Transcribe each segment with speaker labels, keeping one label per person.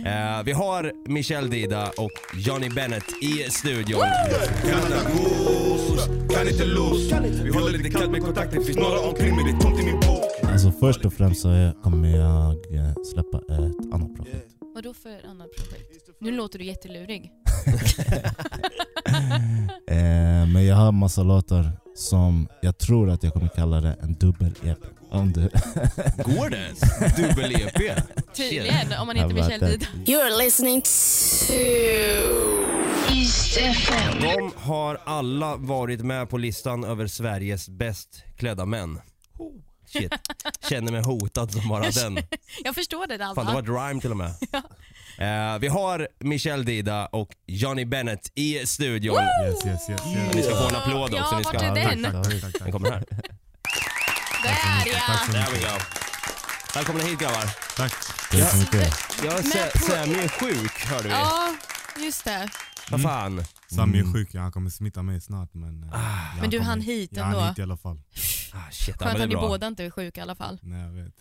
Speaker 1: Eh, vi har Michel Dida och Johnny Bennett i studion.
Speaker 2: Cannabis, kan inte loss. Vi håller lite kallt med kontakten, finns några omkring mig, det är tomt i min bok.
Speaker 3: Alltså först och främst så är- kommer jag eh, släppa ett annat projekt.
Speaker 4: Vadå för annat projekt? Nu låter du jättelurig.
Speaker 3: Eh, men jag har massa låtar som jag tror att jag kommer kalla det en dubbel-EP. Om du...
Speaker 1: Går det? Dubbel-EP?
Speaker 4: Tydligen, om man inte vill
Speaker 3: Jag
Speaker 4: Kjell
Speaker 3: vet
Speaker 4: Dida.
Speaker 5: You're listening to East FM.
Speaker 1: De har alla varit med på listan över Sveriges bäst klädda män. Shit. Känner mig hotad som bara den.
Speaker 4: Jag förstår det
Speaker 1: Fan, det var
Speaker 4: Dalva.
Speaker 1: ett rhyme till och med. Eh, vi har Michel Dida och Johnny Bennett i studion.
Speaker 6: Yes, yes, yes. yes.
Speaker 1: Ni ska få en applåd
Speaker 4: Ja,
Speaker 1: också. Ni
Speaker 4: vart
Speaker 1: ska...
Speaker 4: är det? Den.
Speaker 6: Tack, tack, tack, tack.
Speaker 1: Den kommer här.
Speaker 4: Där ja!
Speaker 6: Tack så
Speaker 1: There we
Speaker 6: mycket.
Speaker 1: go. Välkomna hit grabbar.
Speaker 6: Tack.
Speaker 1: Mm.
Speaker 3: Tack så mycket.
Speaker 1: Jag är
Speaker 4: Men på-
Speaker 1: sä- Sammy är sjuk hörde vi.
Speaker 4: Ja, just det.
Speaker 1: Vad fan.
Speaker 6: Sami är sjuk, ja, han kommer smitta mig snart men... eh, jag
Speaker 4: Men du
Speaker 6: kommer-
Speaker 4: hann hit
Speaker 6: Jag hann
Speaker 4: ändå.
Speaker 6: hit i alla fall.
Speaker 1: Ah, shit, ja, men
Speaker 4: Skönt
Speaker 1: det är
Speaker 4: att ni
Speaker 1: bra.
Speaker 4: båda inte är sjuka i alla fall.
Speaker 6: Nej jag vet.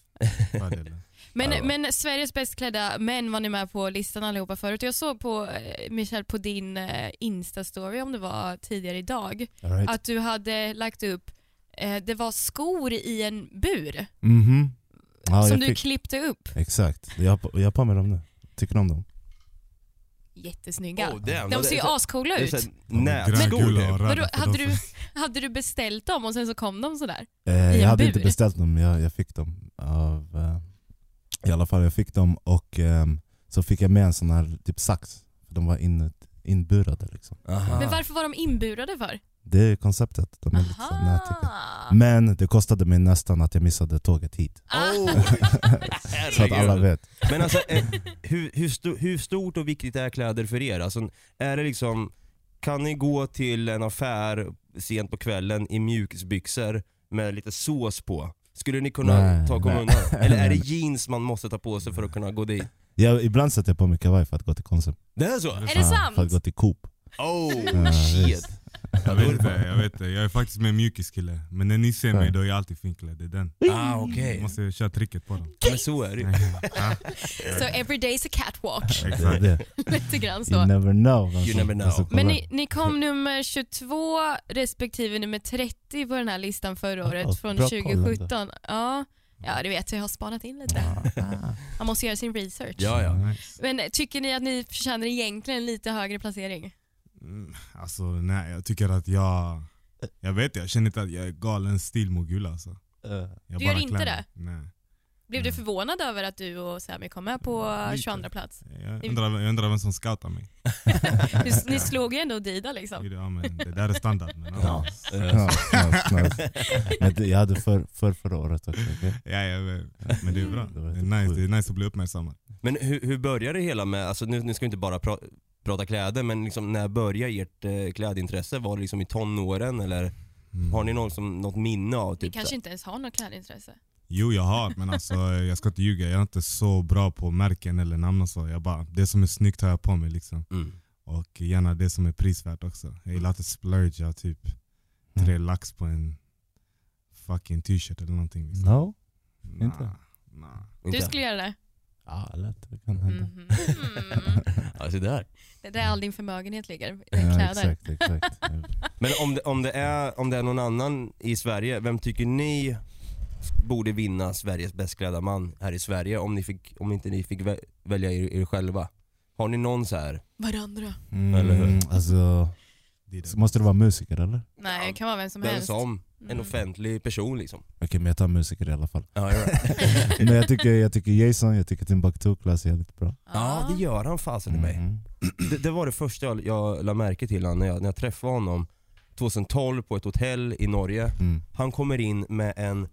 Speaker 6: Fördelen.
Speaker 4: Men,
Speaker 1: Ja.
Speaker 4: men Sveriges bäst klädda män var ni med på listan allihopa förut. Jag såg på eh, Michel på din eh, Insta-story om det var tidigare idag.
Speaker 3: All right.
Speaker 4: Att du hade lagt upp, eh, det var skor i en bur
Speaker 3: Mhm. Ja,
Speaker 4: som
Speaker 3: jag
Speaker 4: du
Speaker 3: fick...
Speaker 4: klippte upp.
Speaker 3: Exakt. Jag har på- jag har på mig dem nu. Tycker ni om dem?
Speaker 4: Jättesnygga.
Speaker 1: Oh, damn.
Speaker 4: De ser ju
Speaker 1: Det är så-
Speaker 4: ascoola
Speaker 1: det är
Speaker 4: ut.
Speaker 1: så här Nätskor
Speaker 6: Gröngula
Speaker 1: typ.
Speaker 6: och röda
Speaker 4: Vadå,
Speaker 6: för
Speaker 4: hade,
Speaker 6: de
Speaker 4: du,
Speaker 6: som-
Speaker 4: hade du beställt dem och sen så kom de sådär?
Speaker 3: Eh,
Speaker 4: en
Speaker 3: jag hade
Speaker 4: bur?
Speaker 3: inte beställt dem, jag, jag fick dem av... Eh, I alla fall, jag fick dem och ehm, så fick jag med en sån här typ sax. För de var inut, inburade liksom.
Speaker 1: Aha.
Speaker 4: Men varför var de inburade för?
Speaker 3: Det är konceptet, de är lite så här nätiga. Men det kostade mig nästan att jag missade tåget hit.
Speaker 4: Ah,
Speaker 1: Oh.
Speaker 3: Så att alla
Speaker 1: Herregud.
Speaker 3: vet.
Speaker 1: Men alltså, eh, hur, hur, sto- hur stort och viktigt är kläder för er? Alltså, är det liksom, kan ni gå till en affär sent på kvällen i mjukisbyxor med lite sås på? Skulle ni kunna
Speaker 3: Nej,
Speaker 1: ta komma
Speaker 3: nej.
Speaker 1: undan? Eller är det
Speaker 3: Nej.
Speaker 1: jeans man måste ta på sig för att kunna gå dit?
Speaker 3: Jag, ibland sätter jag på mig kavaj för att gå till Konsum.
Speaker 1: Det är så?
Speaker 4: Är det sant?
Speaker 3: För att gå till Coop.
Speaker 1: Oh
Speaker 3: Ja,
Speaker 1: shit.
Speaker 3: visst.
Speaker 6: Jag vet inte, jag vet inte. Jag är faktiskt med mjukiskille. Men när ni ser mig då är jag alltid finklädd. Det är den.
Speaker 1: Ah okej.
Speaker 6: Jag måste köra tricket på dem.
Speaker 1: Ja, Men så är det ju.
Speaker 4: Så every day is a catwalk.
Speaker 3: Det är det.
Speaker 4: Lite grann
Speaker 3: You
Speaker 4: så.
Speaker 3: never know vem
Speaker 1: You
Speaker 3: som,
Speaker 1: never know.
Speaker 3: vem som
Speaker 4: Men
Speaker 3: kollar.
Speaker 4: ni, ni kom nummer 22 respektive nummer 30 på den här listan förra året
Speaker 3: Ja,
Speaker 4: från
Speaker 3: bra koll ändå.
Speaker 4: 2017. Ja, ja, du vet, jag har spanat in lite.
Speaker 1: Eh,
Speaker 4: Man måste göra sin research.
Speaker 1: Ja, ja.
Speaker 4: Men tycker ni att ni förtjänar egentligen en lite högre placering?
Speaker 6: Mm, Alltså nej, jag tycker att jag... Jag vet jag känner inte att jag är galen stilmogul alltså.
Speaker 1: eh,
Speaker 6: Jag
Speaker 4: Du gör
Speaker 6: bara
Speaker 4: inte
Speaker 6: klär
Speaker 4: det?
Speaker 6: mig. Nej.
Speaker 4: Blev
Speaker 1: Mm.
Speaker 4: du förvånad över att du och Sami kom med på
Speaker 6: Lite.
Speaker 4: 22 plats?
Speaker 6: Jag undrar, jag undrar vem som scoutar mig.
Speaker 4: Ni, ni slog ju ändå Dida liksom.
Speaker 1: Typ
Speaker 6: Ja, men det där är standard. Men, ja.
Speaker 3: Ja, nice, nice. Men det, jag hade för, för förra året också. okej?
Speaker 6: Ja, ja, men- men det är bra.
Speaker 3: Det var
Speaker 6: Det
Speaker 3: typ
Speaker 6: är, nice,
Speaker 3: sjukt.
Speaker 6: det är nice att bli uppmärksammad.
Speaker 1: Men hur, hur började det hela med, alltså nu, nu ska vi inte bara pra, prata kläder, men liksom när började ert eh, klädintresse? Var det liksom i tonåren eller
Speaker 6: Mm.
Speaker 1: har ni någon, som, något minne av
Speaker 4: Vi
Speaker 1: typ?
Speaker 4: kanske inte ens har något klädintresse.
Speaker 6: Jo jag har, men alltså, jag ska inte ljuga. Jag är inte så bra på märken eller namn och så. Jag bara, det som är snyggt har jag på mig liksom.
Speaker 1: Mm.
Speaker 6: Och gärna det som är prisvärt också. Jag gillar att splurgea typ tre
Speaker 3: Mm.
Speaker 6: lax på en fucking t-shirt eller någonting. Liksom.
Speaker 3: No?
Speaker 6: Nah,
Speaker 3: inte.
Speaker 6: nah.
Speaker 4: Du
Speaker 1: Inte?
Speaker 4: skulle göra det?
Speaker 3: Ja, lätt. Det kan hända.
Speaker 4: Mhm. Mm.
Speaker 1: Ja, se där.
Speaker 4: Det är där all din förmögenhet ligger, i
Speaker 3: Ja,
Speaker 4: kläder.
Speaker 3: exakt, exakt.
Speaker 1: Men om det, om, det är, om det är någon annan i Sverige, vem tycker ni borde vinna Sveriges bäst klädda man här i Sverige om, ni fick, om inte ni fick vä- välja er, er själva? Har ni någon så här?
Speaker 4: Varandra.
Speaker 3: Mm,
Speaker 1: Eller hur?
Speaker 3: Alltså,
Speaker 6: Det är det.
Speaker 3: så måste det vara musiker eller?
Speaker 4: Nej, det kan vara vem som
Speaker 1: Vem
Speaker 4: helst.
Speaker 1: som? En
Speaker 4: Mm.
Speaker 1: offentlig person liksom?
Speaker 3: Okej, men jag tar musiker i alla fall.
Speaker 1: Ja, you're right.
Speaker 3: Men jag tycker, jag tycker Jason, jag tycker Timbuktu klass är jävligt bra.
Speaker 1: ja det gör han fasen i mig.
Speaker 3: Mhm.
Speaker 1: Det, det var det första jag, jag la märke till han, när jag, när jag träffade honom 2012 på ett hotell i Norge.
Speaker 3: Mm.
Speaker 1: Han kommer in med en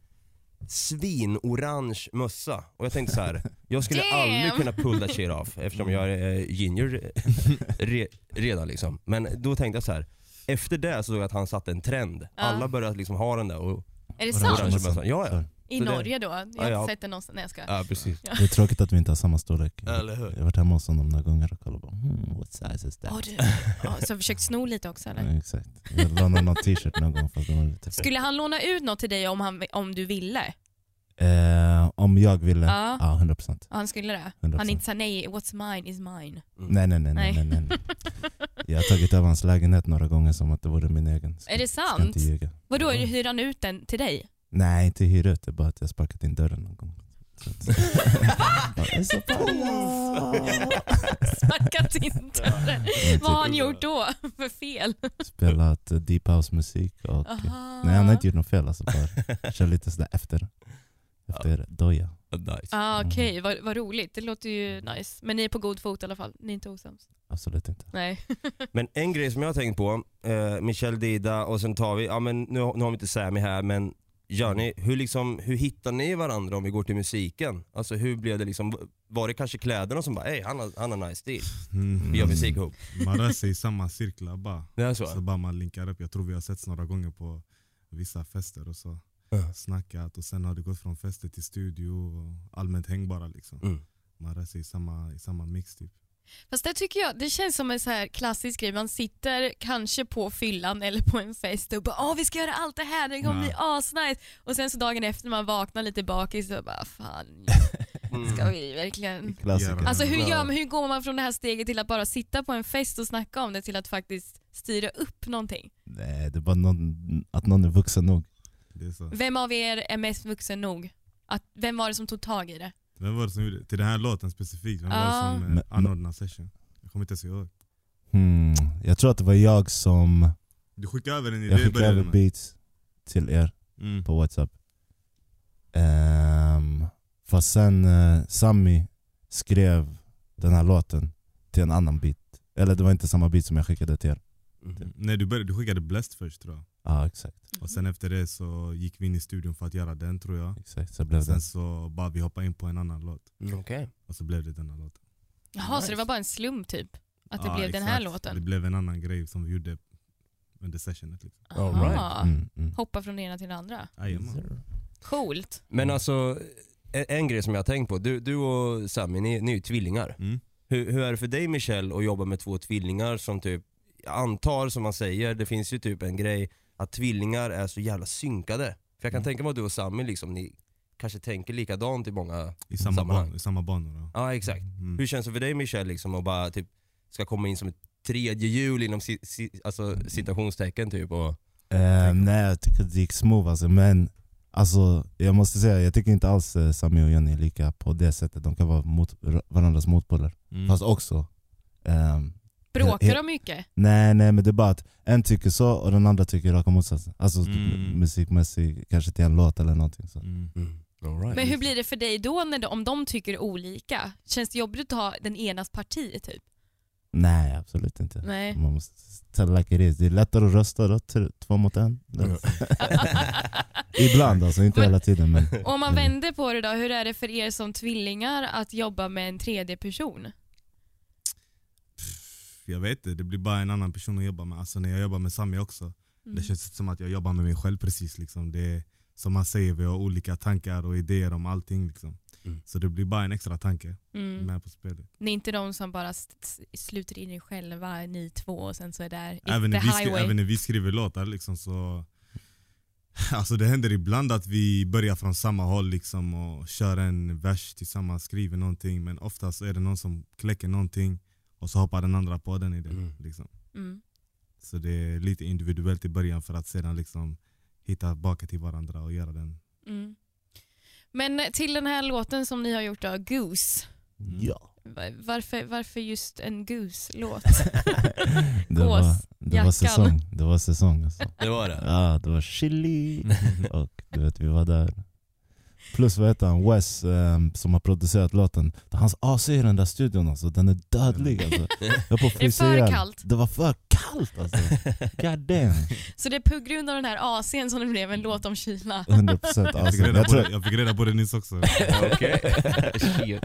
Speaker 1: svinorange mössa och jag tänkte så här: jag skulle
Speaker 4: Damn!
Speaker 1: aldrig kunna pull that shit off eftersom jag är eh, ginger re, redan liksom. Men då tänkte jag så här. efter det så såg jag att han satte en trend.
Speaker 4: Ja.
Speaker 1: Alla började liksom ha den där och
Speaker 4: Är det
Speaker 3: Orange.
Speaker 4: sant?
Speaker 1: orangea mössan. Ja, ja.
Speaker 4: I
Speaker 1: Så det-
Speaker 4: Norge då? Jag
Speaker 1: Ja,
Speaker 4: har
Speaker 1: ja.
Speaker 4: inte sett det någonstans. Nej jag skojar.
Speaker 1: ja precis.
Speaker 3: Det är tråkigt att vi inte har samma storlek.
Speaker 1: Eller hur?
Speaker 3: Jag har varit hemma hos honom några gånger och kollat bara hmm, what size is that?
Speaker 4: Har du ja, så försökt sno lite också eller?
Speaker 1: Mm.
Speaker 3: Ja, exakt. Jag lånade någon t-shirt någon gång fast den var lite
Speaker 4: Skulle han låna ut något till dig om, han, om du ville?
Speaker 3: eh, om jag ville,
Speaker 4: Ja.
Speaker 3: ja 100%.
Speaker 4: Ja, han skulle det.
Speaker 3: 100%.
Speaker 1: Alltså.
Speaker 4: Han inte sa nej, what's mine is mine.
Speaker 3: Nej, nej, nej, nej, nej, nej. nej. Jag har tagit över hans lägenhet några gånger som att det vore min egen. Ska,
Speaker 4: Är det
Speaker 3: ska
Speaker 4: sant?
Speaker 3: inte ljuga.
Speaker 4: Vadå, är det hyr han ut den till dig?
Speaker 3: Nej, inte hyra ut. Det är bara att jag sparkat in dörren någon gång. Så att- Ja, det är så
Speaker 4: Sparkat in dörren.
Speaker 3: typ.
Speaker 4: Vad har han gjort då för fel?
Speaker 3: Spelat eh, deep house musik och...
Speaker 4: Aha.
Speaker 3: Nej, han har inte gjort något fel alltså. Bara kör lite sådär efter. Efter doja.
Speaker 1: Nice.
Speaker 4: Ah,
Speaker 3: Mm.
Speaker 4: Okej, vad, vad roligt. Det låter ju nice. Men ni är på god fot i alla fall. Ni är inte osams.
Speaker 3: Absolut inte.
Speaker 4: Nej.
Speaker 1: Men en grej som jag har tänkt på, eh, Michel Dida och sen tar vi, ja men nu, nu har vi inte Sami här men gör ni, hur, liksom, hur hittar ni varandra om vi går till musiken? Alltså hur blev det liksom, var det kanske kläderna som bara ey han har, han har nice stil,
Speaker 6: Mm.
Speaker 1: vi gör musik ihop?
Speaker 6: Man rör sig i samma cirklar bara.
Speaker 1: Det är så?
Speaker 6: Så bara man linkar upp. Jag tror vi har setts några gånger på vissa fester och så.
Speaker 1: Ja.
Speaker 6: Snackat och sen har det gått från fester till studio och allmänt häng bara liksom.
Speaker 1: Mm.
Speaker 6: Man rör sig i samma, i samma mix typ.
Speaker 4: Fast det tycker jag, det känns som en så här klassisk grej. Man sitter kanske på fyllan eller på en fest och bara åh vi ska göra allt det här, det kommer
Speaker 6: Ja.
Speaker 4: bli asnice. Och sen så dagen efter när man vaknar lite bakis och bara fan,
Speaker 1: Mm.
Speaker 4: ska vi verkligen
Speaker 3: Klassiker.
Speaker 6: Ja.
Speaker 4: Alltså hur,
Speaker 1: Ja.
Speaker 4: gör, man- hur går man från det här steget till att bara sitta på en fest och snacka om det till att faktiskt styra upp någonting?
Speaker 3: Nej, det är bara någon, att någon är vuxen nog.
Speaker 6: Det är så.
Speaker 4: Vem av er är mest vuxen nog? Att, vem var det som tog tag i det?
Speaker 6: Vem var det som gjorde Till den här låten specifikt, vem
Speaker 4: Ja.
Speaker 6: var det som
Speaker 3: Men-
Speaker 6: eh, anordnade session? Jag kommer inte ens ihåg.
Speaker 3: Hmm. Jag tror att det var jag som...
Speaker 6: Du skickade över en idé
Speaker 3: Jag
Speaker 6: i
Speaker 3: skickade
Speaker 6: början.
Speaker 3: över
Speaker 6: med.
Speaker 3: beats till er.
Speaker 6: Mm.
Speaker 3: på Whatsapp. Um, fast sen eh, Sammy skrev den här låten till en annan beat. Eller det var inte samma beat som jag skickade till er.
Speaker 1: Mm.
Speaker 6: Nej du, började, du skickade Blessed först tror jag.
Speaker 3: Ja exakt.
Speaker 6: Och
Speaker 4: Mm.
Speaker 6: sen efter det så gick vi in i studion för att göra den tror jag.
Speaker 3: exakt. Så blev
Speaker 6: Sen
Speaker 3: det.
Speaker 6: så bara vi hoppade in på en annan låt.
Speaker 1: Mm, Okej.
Speaker 6: Och så blev det denna låten.
Speaker 4: Jaha, så det var bara en slump typ? Att det
Speaker 6: Ja,
Speaker 4: blev den här
Speaker 6: exakt. Det
Speaker 4: låten?
Speaker 6: blev en annan grej som vi gjorde under sessionet. Liksom.
Speaker 1: All
Speaker 4: Aha.
Speaker 1: right.
Speaker 3: Mm, mm.
Speaker 4: Hoppa från det ena till det andra.
Speaker 6: Jajamän.
Speaker 4: Coolt.
Speaker 1: Men alltså, en, en grej som jag har tänkt på, du, du och Sami ni, ni är ju tvillingar.
Speaker 6: Mm.
Speaker 1: Hur, hur är det för dig Michel att jobba med två tvillingar som typ, jag antar som man säger, det finns ju typ en grej att tvillingar är så jävla synkade. För jag kan tänka mig att du och Sami liksom, ni kanske tänker likadant i många,
Speaker 6: I samma,
Speaker 1: Sammanhang.
Speaker 6: ban- i samma banor. Ja.
Speaker 1: ja exakt.
Speaker 6: Mm.
Speaker 1: Hur känns det för dig Michel liksom att bara typ, ska komma in som ett tredje hjul inom si, si, alltså, citationstecken typ och,
Speaker 3: Eh, nej jag tycker det gick smooth alltså. Men alltså, jag måste säga, jag tycker inte alls eh, Sammy och Johnny är lika på det sättet. De kan vara mot, varandras motpoler.
Speaker 6: Mm.
Speaker 3: Fast också, ehm,
Speaker 4: Bråkar
Speaker 3: Ja,
Speaker 4: de mycket?
Speaker 3: Nej nej men det är bara att en tycker så och den andra tycker raka motsatsen. Alltså
Speaker 6: Mm.
Speaker 3: musikmässigt, kanske till en låt eller någonting. Så.
Speaker 6: Mm.
Speaker 1: all right.
Speaker 4: Men hur blir det för dig då när, de- om de tycker olika? Känns det jobbigt att ta den enas parti typ?
Speaker 3: Nej absolut inte.
Speaker 4: Nej.
Speaker 3: Man måste tell like it is. Det är lättare att rösta då, t- två mot en. Ibland alltså, inte
Speaker 4: Men-
Speaker 3: hela tiden men.
Speaker 4: Och om man
Speaker 3: Mm.
Speaker 4: vänder på det då, hur är det för er som tvillingar att jobba med en tredje person?
Speaker 6: Pff, Jag vet inte, det blir bara en annan person att jobba med. Alltså när jag jobbar med Sami också,
Speaker 4: Mm.
Speaker 6: det känns som att jag jobbar med mig själv precis. Liksom. Det är, som han säger, vi har olika tankar och idéer om allting. Liksom.
Speaker 1: Mm.
Speaker 6: Så det blir bara en extra tanke
Speaker 4: Mm.
Speaker 6: med på spelet.
Speaker 4: Ni är inte de som bara s- s- sluter in er själva, ni två, och sen så är där it's
Speaker 6: Även
Speaker 4: the
Speaker 6: när, vi skri-
Speaker 4: highway.
Speaker 6: även när vi skriver låtar liksom så Alltså det händer ibland att vi börjar från samma håll liksom och kör en vers tillsammans, skriver någonting men oftast är det någon som kläcker någonting och så hoppar den andra på den idén.
Speaker 1: Mm.
Speaker 6: Liksom.
Speaker 4: Mm.
Speaker 6: Så det är lite individuellt i början för att sedan liksom hitta tillbaka till varandra och göra den.
Speaker 4: Mm. Men till den här låten som ni har gjort då, Goose.
Speaker 3: Ja.
Speaker 4: Va- Varför, varför just en Goose-låt?
Speaker 3: Det var,
Speaker 4: Gås,
Speaker 3: det
Speaker 4: jackan.
Speaker 3: var säsong. Det var säsong alltså.
Speaker 1: Det var det?
Speaker 3: Ja, det var chili och du vet vi var där. Plus vad heter han, Wes ehm, som har producerat låten. Hans AC i den där studion alltså, den är dödlig alltså. Jag var på
Speaker 4: Det är för
Speaker 3: frysa ihjäl.
Speaker 4: kallt.
Speaker 3: Det var för kallt alltså. God damn.
Speaker 4: så det är på grund av den här AC'n som det blev en låt om Kina.
Speaker 3: 100%
Speaker 6: Jag
Speaker 3: AC.
Speaker 6: fick reda
Speaker 3: Jag
Speaker 6: på
Speaker 3: tror
Speaker 6: det, jag fick reda på det nyss också.
Speaker 1: Okej. Shit.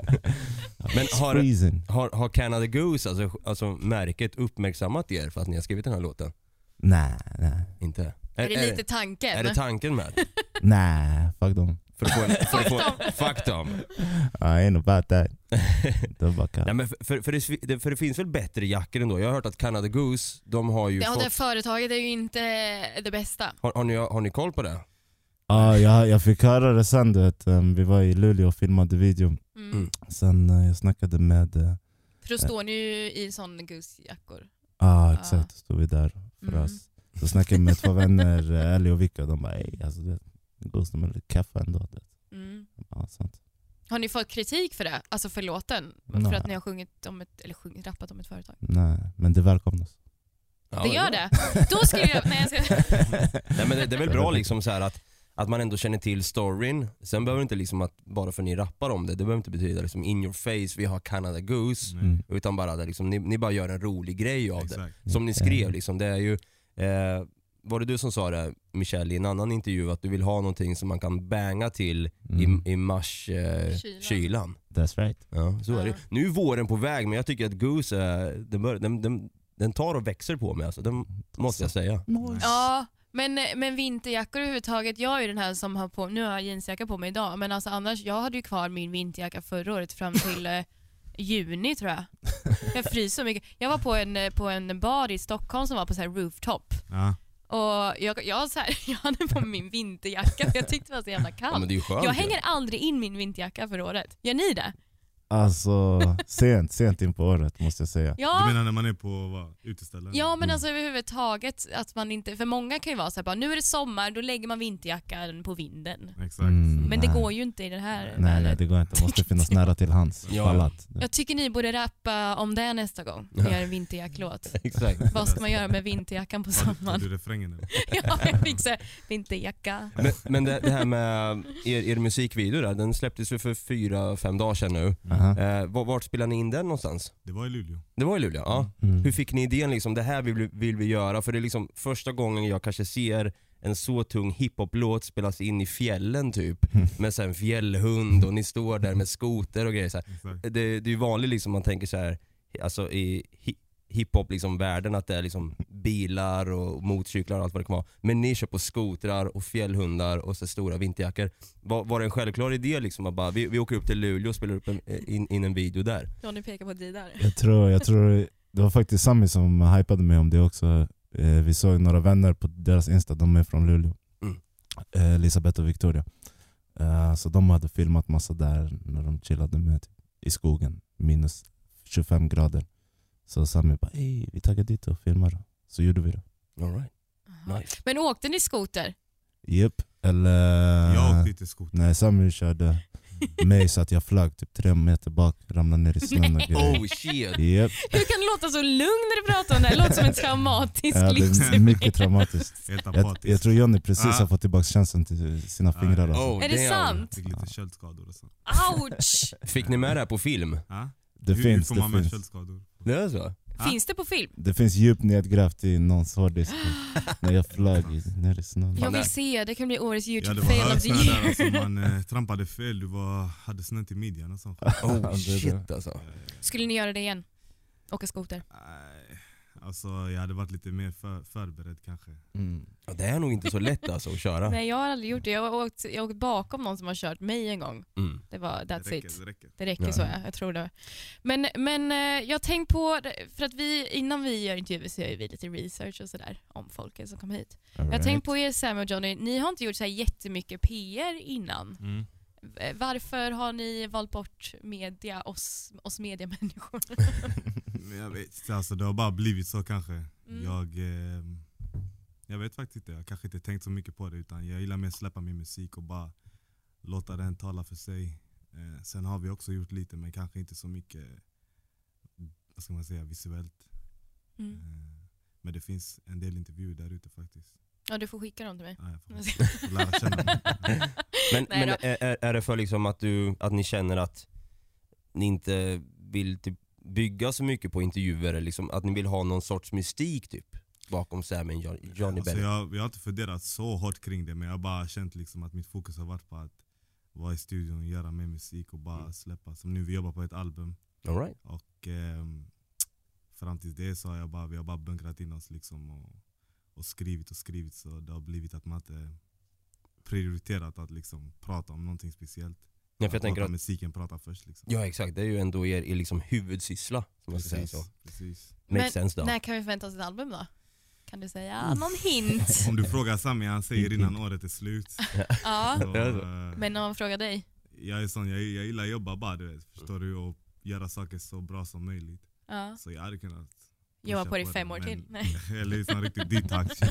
Speaker 1: Men har,
Speaker 3: freezing.
Speaker 1: Har, har Canada Goose, alltså, alltså märket, uppmärksammat er för att ni har skrivit den här låten?
Speaker 3: Nej, nej.
Speaker 1: Inte?
Speaker 4: Är det lite
Speaker 1: är,
Speaker 4: tanken?
Speaker 1: det tanken med?
Speaker 3: Nej, fuck dem.
Speaker 1: För att få en, för att få
Speaker 4: Fuck
Speaker 1: en, fuck dem!
Speaker 3: I ain't about that. Det var bara
Speaker 1: Nej,
Speaker 3: kallt.
Speaker 1: men för, för, för, det, svi- det- för det finns väl bättre jackor ändå? Jag har hört att Canada Goose, de har ju
Speaker 4: ja, det
Speaker 1: fått...
Speaker 4: företaget är ju inte det bästa.
Speaker 1: Har, har, ni, har ni koll på det?
Speaker 3: Ja, jag, jag fick höra det sen, du vet, eh, vi var i Luleå och filmade videon.
Speaker 4: Mm.
Speaker 1: Mm.
Speaker 3: Sen eh, jag snackade med, eh,
Speaker 4: För då står ni ju i sån goose-jackor.
Speaker 3: ah,
Speaker 4: Ja.
Speaker 3: exakt, då stod vi där och
Speaker 4: Mm.
Speaker 3: frös. Så snackade jag med två vänner, eh, Ellie och Vicka, de bara ey, alltså, det Ghost de är lite kaffe ändå. du vet."
Speaker 4: Mm.
Speaker 3: Ja, sant.
Speaker 4: Har ni fått kritik för det? Alltså för låten? För
Speaker 3: Nej.
Speaker 4: att ni har sjungit om ett, eller sjungit, rappat om ett företag?
Speaker 3: Nej, men det välkomnas.
Speaker 1: Ja,
Speaker 4: det gör det? Då skulle jag... Nej, jag ska...
Speaker 1: Nej, men det, det är väl bra liksom så här att, att man ändå känner till storyn. Sen behöver det inte liksom att, bara för att ni rappar om det, det behöver inte betyda liksom in your face, vi har Canada Goose.
Speaker 6: Nej,
Speaker 3: Mm.
Speaker 1: Utan bara det liksom, ni, ni bara gör en rolig grej av det.
Speaker 6: Exakt.
Speaker 1: Som ni skrev liksom, det är ju, eh, var det du som sa det Michelle i en annan intervju, att du vill ha någonting som man kan banga till
Speaker 3: Mm.
Speaker 1: i, i mars-kylan? Eh,
Speaker 4: Kylan.
Speaker 1: kylan.
Speaker 3: That's right.
Speaker 1: Ja, så är det.
Speaker 4: Ja.
Speaker 1: Nu är våren på väg, men jag tycker att Goose, eh, den, bör, den, den, den tar och växer på mig alltså. Den måste jag säga.
Speaker 4: Ja, men, men vinterjackor överhuvudtaget. Jag är ju den här som har på, nu har jag jeansjacka på mig idag, men alltså annars, jag hade ju kvar min vinterjacka förra året fram till eh, juni tror jag. Jag fryser så mycket. Jag var på en, eh, på en bar i Stockholm som var på så här rooftop.
Speaker 6: Ja.
Speaker 4: Och jag, jag, så här, jag hade på mig min vinterjacka för jag tyckte det var så jävla
Speaker 1: Ja, men
Speaker 4: kallt.
Speaker 1: det är ju skönt
Speaker 4: Jag
Speaker 1: ju.
Speaker 4: hänger aldrig in min vinterjacka förra året. Gör ni det?
Speaker 3: Alltså, sent, sent in på året måste jag säga.
Speaker 6: Du
Speaker 4: Ja,
Speaker 6: menar när man är på vad, uteställen?
Speaker 4: ja men alltså överhuvudtaget att man inte, för många kan ju vara så här, bara, nu är det sommar, då lägger man vinterjackan på vinden.
Speaker 6: Exakt.
Speaker 3: Mm.
Speaker 4: Men det
Speaker 3: Nej.
Speaker 4: går ju inte i den här
Speaker 3: Nej, nej
Speaker 4: världen.
Speaker 3: det går inte. måste finnas nära till hands.
Speaker 1: Ja.
Speaker 3: Fallat.
Speaker 4: Jag tycker ni borde rappa om det nästa gång ni gör en vinterjacklåt.
Speaker 1: Exakt.
Speaker 4: Vad ska man göra med vinterjackan på
Speaker 6: Tar du- Tar
Speaker 4: sommaren?
Speaker 6: du refrängen eller?
Speaker 4: Ja, jag fick så här, vinterjacka.
Speaker 1: Men, men det, det här med er, er musikvideo där, den släpptes ju för fyra, fem dagar sedan nu.
Speaker 3: Aha.
Speaker 1: Eh, var- vart spelade ni in den någonstans?
Speaker 6: Det var i Luleå.
Speaker 1: Det var i Luleå? Ja.
Speaker 3: Mm.
Speaker 1: Hur fick ni idén liksom, det här vill, vi- vill vi göra? För det är liksom första gången jag kanske ser en så tung hiphop-låt spelas in i fjällen typ. Med så här en fjällhund och ni står där med skoter och grejer. Så här.
Speaker 6: Exakt.
Speaker 1: Det, det är ju vanligt liksom, man tänker så här, alltså i hi- hiphop-världen liksom, världen, att det är liksom bilar och motorcyklar och allt vad det kan vara. Men ni kör på skotrar och fjällhundar och så stora vinterjackor. Var, var det en självklar idé liksom att bara, vi, vi åker upp till Luleå och spelar upp en, in, in en video där?
Speaker 4: Johnny pekar på dig där.
Speaker 3: Jag tror, jag tror, det var faktiskt Sami som hypade mig om det också. Eh, vi såg några vänner på deras Insta, de är från Luleå.
Speaker 1: Mm.
Speaker 3: Eh, Elisabeth och Victoria. Eh, så de hade filmat massa där när de chillade med, typ, i skogen, minus 25 grader. Så Sami bara Ey, vi taggar dit och filmar. då." Så gjorde vi det.
Speaker 1: All right. Nice.
Speaker 4: Men åkte ni skoter?
Speaker 3: Japp, eller...
Speaker 6: Jag åkte inte skoter.
Speaker 3: Nej, Sami körde mig så att jag flög typ tre meter bak, ramlade ner i snön och grejer.
Speaker 1: Oh shit!
Speaker 3: Japp.
Speaker 4: Hur kan du låta så lugn när du pratar om det här? Det låter som en traumatisk
Speaker 3: Ja, det är
Speaker 4: livsupplevelse.
Speaker 3: mycket traumatiskt.
Speaker 6: Helt
Speaker 3: Jag,
Speaker 6: apatisk.
Speaker 3: jag tror Johnny precis
Speaker 6: Ah.
Speaker 3: har fått tillbaka känslan till sina
Speaker 6: Ah,
Speaker 3: fingrar.
Speaker 6: ja.
Speaker 3: Alltså.
Speaker 1: Oh,
Speaker 4: Är det
Speaker 1: damn.
Speaker 4: sant?
Speaker 6: Fick lite köldskador och sånt.
Speaker 4: Ouch!
Speaker 1: Fick ni med det här på film? Oh,
Speaker 6: Ja?
Speaker 3: Det,
Speaker 6: hur,
Speaker 3: finns,
Speaker 6: hur får
Speaker 3: det,
Speaker 6: man med
Speaker 3: finns,
Speaker 6: köldskador?
Speaker 1: Det är så?
Speaker 4: Finns det på film?
Speaker 3: det finns djupt nedgrävt i någons hårddisk när jag flög i- ner i snön.
Speaker 4: Jag
Speaker 1: där.
Speaker 4: vill se, det typ kan bli årets
Speaker 6: Ja det
Speaker 4: YouTube
Speaker 6: var
Speaker 4: fail of the
Speaker 6: högsnö där
Speaker 4: year.
Speaker 6: alltså, man eh, trampade fel, du var, hade snett i midjan och sånt.
Speaker 1: Oh
Speaker 3: det är
Speaker 1: shit alltså.
Speaker 4: Skulle ni göra det igen? Åka skoter?
Speaker 6: Nej, Alltså jag hade varit lite mer för, förberedd kanske.
Speaker 3: Mm.
Speaker 1: Ja, Det är nog inte så lätt alltså att köra.
Speaker 4: Nej jag har aldrig gjort det. Jag har åkt, jag har åkt bakom någon som har kört mig en gång.
Speaker 1: Mm.
Speaker 4: Det var that's
Speaker 6: det
Speaker 4: it.
Speaker 6: räcker, det räcker.
Speaker 4: Det räcker
Speaker 1: Ja.
Speaker 4: så, ja. jag tror det. Men, men eh, jag tänkt på, för att vi, innan vi gör intervjuer så gör vi lite research och sådär om folket som kommer hit. Jag har tänkt på er Sam och Johnny, ni har inte gjort så här jättemycket PR innan.
Speaker 6: Mm.
Speaker 4: Eh, Varför har ni valt bort media, oss, oss mediamänniskor?
Speaker 6: Men jag vet inte, alltså, det har bara blivit så kanske.
Speaker 4: Mm.
Speaker 6: Jag, ehm, jag vet faktiskt inte, jag kanske inte tänkt så mycket på det utan jag gillar mer att släppa min musik och bara låta den tala för sig. Eh, sen har vi också gjort lite men kanske inte så mycket, vad ska man säga, visuellt.
Speaker 4: Mm.
Speaker 6: Eh, men det finns en del intervjuer där ute faktiskt.
Speaker 4: Ja, du får skicka dem till mig.
Speaker 6: Ja, jag får får lära känna dem.
Speaker 1: Men,
Speaker 4: Nej
Speaker 1: men
Speaker 4: då.
Speaker 1: är, är- är det för liksom att, du, att ni känner att ni inte vill typ bygga så mycket på intervjuer? eller Liksom, att ni vill ha någon sorts mystik typ bakom Sam och John- Johnny
Speaker 6: Alltså
Speaker 1: Bennett?
Speaker 6: jag, jag har inte funderat så hårt kring det men jag har bara känt liksom att mitt fokus har varit på att vara i studion och göra mer musik och bara
Speaker 1: Mm.
Speaker 6: släppa. Som nu, vi jobbar på ett album
Speaker 1: All right.
Speaker 6: och ehm, fram till det så har jag bara, vi har bara bunkrat in oss liksom och, och skrivit och skrivit så det har blivit att man inte prioriterat att liksom prata om någonting speciellt.
Speaker 1: ja, för jag
Speaker 6: att
Speaker 1: tänker
Speaker 6: låta
Speaker 1: att,
Speaker 6: musiken prata först liksom.
Speaker 1: ja exakt, det är ju ändå er, er liksom huvudsyssla. Om man ska säga så.
Speaker 6: precis.
Speaker 1: Makes sense då.
Speaker 4: När kan vi förvänta oss ett album då? Kan du säga någon hint?
Speaker 6: Om du frågar Sami, han säger innan året är slut.
Speaker 4: ja,
Speaker 6: Så,
Speaker 1: Ja.
Speaker 6: eh,
Speaker 4: men om jag frågar dig?
Speaker 6: jag är sån, jag, jag gillar att jobba bara du vet. Förstår du? Och göra saker så bra som möjligt.
Speaker 4: Ja.
Speaker 6: Så jag hade kunnat
Speaker 4: Jobba
Speaker 6: pusha
Speaker 4: på det i
Speaker 6: det,
Speaker 4: fem år
Speaker 6: men-
Speaker 4: till? Nej.
Speaker 6: Eller liksom riktigt dit touch.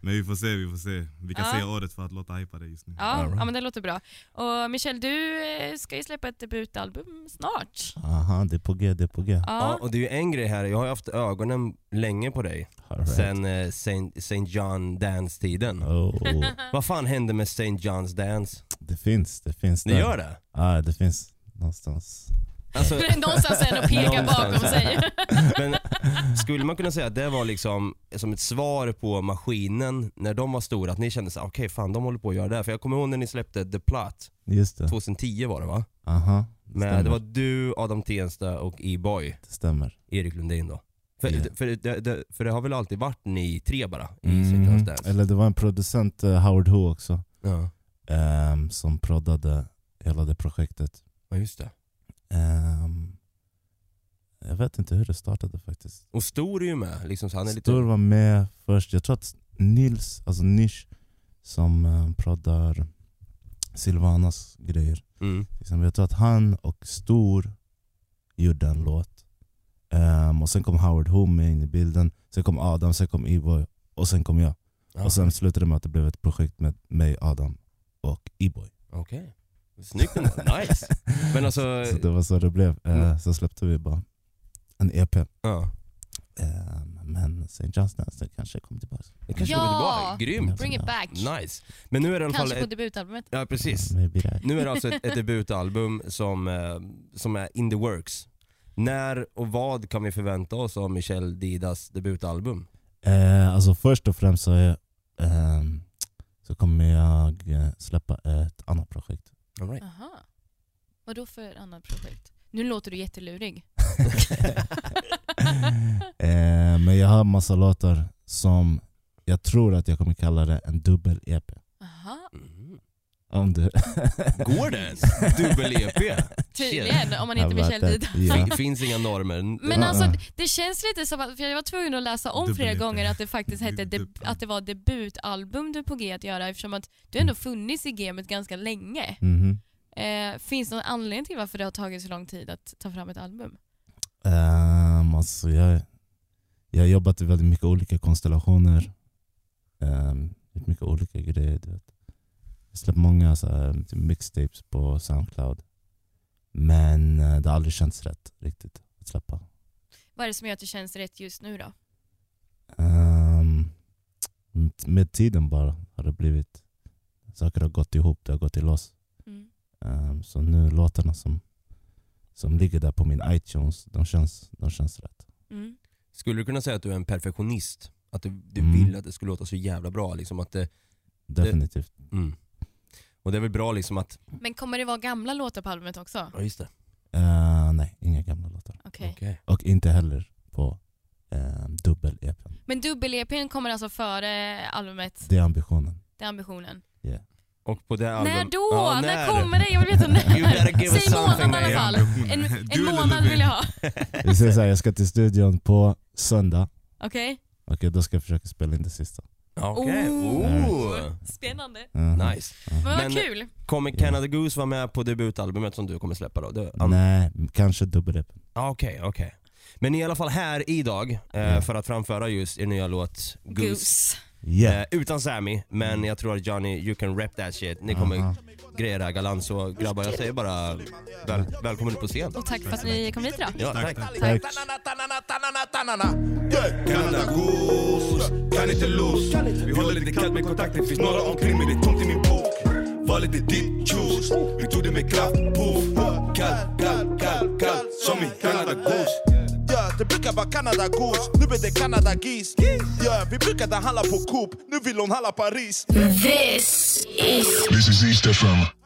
Speaker 6: Men vi får se, vi får se. Vi kan
Speaker 4: Ja.
Speaker 6: säga året för att låta hypa dig just nu.
Speaker 4: Ja,
Speaker 1: All right.
Speaker 4: ja, men det låter bra. Och Michel, du eh, ska ju släppa ett debutalbum snart.
Speaker 3: Aha, det är på G, det är på G.
Speaker 1: Ja,
Speaker 4: Ja,
Speaker 1: och det är ju en grej här, jag har ju haft ögonen länge på dig.
Speaker 3: All right.
Speaker 1: Sen eh, Saint- St. John Dance-tiden.
Speaker 3: Oh,
Speaker 1: Vad fan hände med St. John's Dance?
Speaker 3: det finns, det finns.
Speaker 1: Ni
Speaker 3: där.
Speaker 1: gör det?
Speaker 3: Ja, det finns någonstans.
Speaker 1: Alltså,
Speaker 4: någonstans är och pekar
Speaker 1: Någonstans.
Speaker 4: bakom sig.
Speaker 1: men skulle man kunna säga att det var liksom som ett svar på maskinen när de var stora? Att ni kände såhär, okej fan de håller på att göra det här. För jag kommer ihåg när ni släppte The Plot,
Speaker 3: Just det.
Speaker 1: 2010 var det va?
Speaker 3: Aha, det
Speaker 1: Men det
Speaker 3: stämmer.
Speaker 1: var du, Adam Tensta och E-boy,
Speaker 3: Det stämmer.
Speaker 1: Erik Lundin då. För,
Speaker 3: Ja.
Speaker 1: för, det, det, för det har väl alltid varit ni tre bara i
Speaker 3: Mm.
Speaker 1: St. John's Dance?
Speaker 3: Eller det var en producent, eh, Howard Hu också,
Speaker 1: Ja.
Speaker 3: ehm, som proddade hela det projektet.
Speaker 1: ja, just det.
Speaker 3: Ehm, jag vet inte hur det startade faktiskt.
Speaker 1: Och Stor är ju med, liksom, så han är lite...
Speaker 3: Stor var med först. Jag tror att Nils, alltså Nish, som eh, proddar Silvanas grejer.
Speaker 1: Mm.
Speaker 3: Liksom, jag tror att han och Stor gjorde en låt. Ehm, och sen kom Howard Ho med in i bilden. Sen kom Adam, sen kom E-boy och sen kom jag.
Speaker 1: Ja.
Speaker 3: Och sen slutade det med att det blev ett projekt med mig, Adam och E-boy.
Speaker 1: Okej. Snyggt ändå, nice. Men alltså,
Speaker 3: Så det var så det blev. Eh,
Speaker 1: Mm.
Speaker 3: Sen släppte vi bara en E EP.
Speaker 1: ja.
Speaker 3: Ehm, men St. John's Dance det kanske kommer tillbaka.
Speaker 1: det kanske
Speaker 4: Ja!
Speaker 1: kommer tillbaka. Grymt.
Speaker 4: Bring it back.
Speaker 1: Nice. Men nu är det i alla fall
Speaker 4: Kanske på
Speaker 1: ett,
Speaker 4: debutalbumet.
Speaker 1: ja, precis.
Speaker 3: Maybe that.
Speaker 1: Nu är det alltså ett, ett debutalbum som, eh, som är in the works. När och vad kan vi förvänta oss av Michel Didas debutalbum?
Speaker 3: Eh, alltså först och främst så, är, ehm, så kommer jag eh, släppa ett annat projekt.
Speaker 1: All right.
Speaker 4: Aha. Vad då för annat projekt? Nu låter du jättelurig.
Speaker 3: eh, men jag har massa låtar som jag tror att jag kommer kalla det en E dubbel-EP.
Speaker 4: Aha.
Speaker 1: Mm.
Speaker 3: Om du...
Speaker 1: Går det ens? E Dubbel-EP?
Speaker 4: Tydligen, om man
Speaker 3: Jag
Speaker 4: heter
Speaker 3: bara,
Speaker 4: Michel Dida.
Speaker 3: Ja.
Speaker 1: Det finns inga normer.
Speaker 4: Men
Speaker 3: Ja,
Speaker 4: alltså
Speaker 3: ja.
Speaker 4: det känns lite som att, för jag var tvungen att läsa om
Speaker 6: Dubbel
Speaker 4: flera
Speaker 6: EP.
Speaker 4: gånger att det faktiskt hette
Speaker 6: Dubbel.
Speaker 4: deb- att det var debutalbum du är på G att göra eftersom att du ändå funnits i gamet ganska länge.
Speaker 3: Mhm.
Speaker 4: Eh, finns det någon anledning till varför det har tagit så lång tid att ta fram ett album?
Speaker 3: Ehm, alltså jag, jag har jobbat i väldigt mycket olika konstellationer. Um, mycket olika grejer. Du vet. Jag släppt många så här, typ mixtapes på Soundcloud. Men eh, det har aldrig känts rätt riktigt att släppa.
Speaker 4: Vad är det som gör att det känns rätt just nu då?
Speaker 3: Ehm, med tiden bara har det blivit. Saker har gått ihop, det har gått i loss.
Speaker 4: Mm.
Speaker 3: Ehm, så nu låtarna som, som ligger där på min iTunes, de känns, de känns rätt.
Speaker 4: Mm.
Speaker 1: Skulle du kunna säga att du är en perfektionist? Att du, du
Speaker 3: Mm.
Speaker 1: vill att det skulle låta så jävla bra? Liksom att det,
Speaker 3: Definitivt.
Speaker 1: mm. Och det är väl bra liksom att...
Speaker 4: Men kommer det vara gamla låtar på albumet också?
Speaker 1: Ja, just det.
Speaker 3: Ehm, nej, inga gamla låtar.
Speaker 4: Okej.
Speaker 1: Okej.
Speaker 3: Och inte heller på eh, dubbel-EPn.
Speaker 4: Men dubbel-EPn kommer alltså före albumet?
Speaker 3: Det är ambitionen.
Speaker 4: Det är ambitionen.
Speaker 1: Och på det
Speaker 4: När
Speaker 1: album-
Speaker 4: då?
Speaker 1: Ja,
Speaker 4: när? kommer det? Jag vill veta när.
Speaker 1: You better give us
Speaker 4: Säg månaden
Speaker 1: something,
Speaker 4: i alla fall.
Speaker 1: man.
Speaker 4: En, en
Speaker 6: Du eller
Speaker 4: månad
Speaker 6: Ludvig?
Speaker 4: vill jag ha.
Speaker 3: Vi säger så här, jag ska till studion på söndag.
Speaker 4: Okej?
Speaker 3: Okej, då ska jag försöka spela in det sista.
Speaker 1: Okej.
Speaker 4: Oh.
Speaker 1: Oh.
Speaker 4: Spännande.
Speaker 3: Mm.
Speaker 1: Nice.
Speaker 4: Men vad
Speaker 1: Men-
Speaker 4: kul.
Speaker 1: Kommer Canada Goose vara med på debutalbumet som du kommer släppa då? Det- am-
Speaker 3: Nej, kanske E dubbel-EPn.
Speaker 1: Ah, Okej, okej. Men ni är i alla fall här idag eh,
Speaker 3: Mm.
Speaker 1: för att framföra just er nya låt Goose.
Speaker 4: Goose.
Speaker 3: Yeah.
Speaker 1: Eh, utan Sammy, men jag tror att Johnny, you can rap that shit. Ni kommer
Speaker 3: Mm. Aha.
Speaker 1: greja det här galant så grabbar jag säger bara väl, välkommen upp på scen.
Speaker 4: Och tack för att ni kom hit idag.
Speaker 1: Ja, tack.
Speaker 3: Tack.
Speaker 2: Canada goose, kan inte loss Vi håller lite kallt med kontakten, finns några omkring men det är tomt i min bok Var lite ditt juice, vi tog det med kraft, puff Kall, kall, kall, kall, som i Canada goose
Speaker 7: Ja, det brukar vara Kanada goose, nu är det Kanada gis. Ja, vi brukade handla på Coop, nu vill hon handla Paris.
Speaker 5: This is
Speaker 8: This is East FM.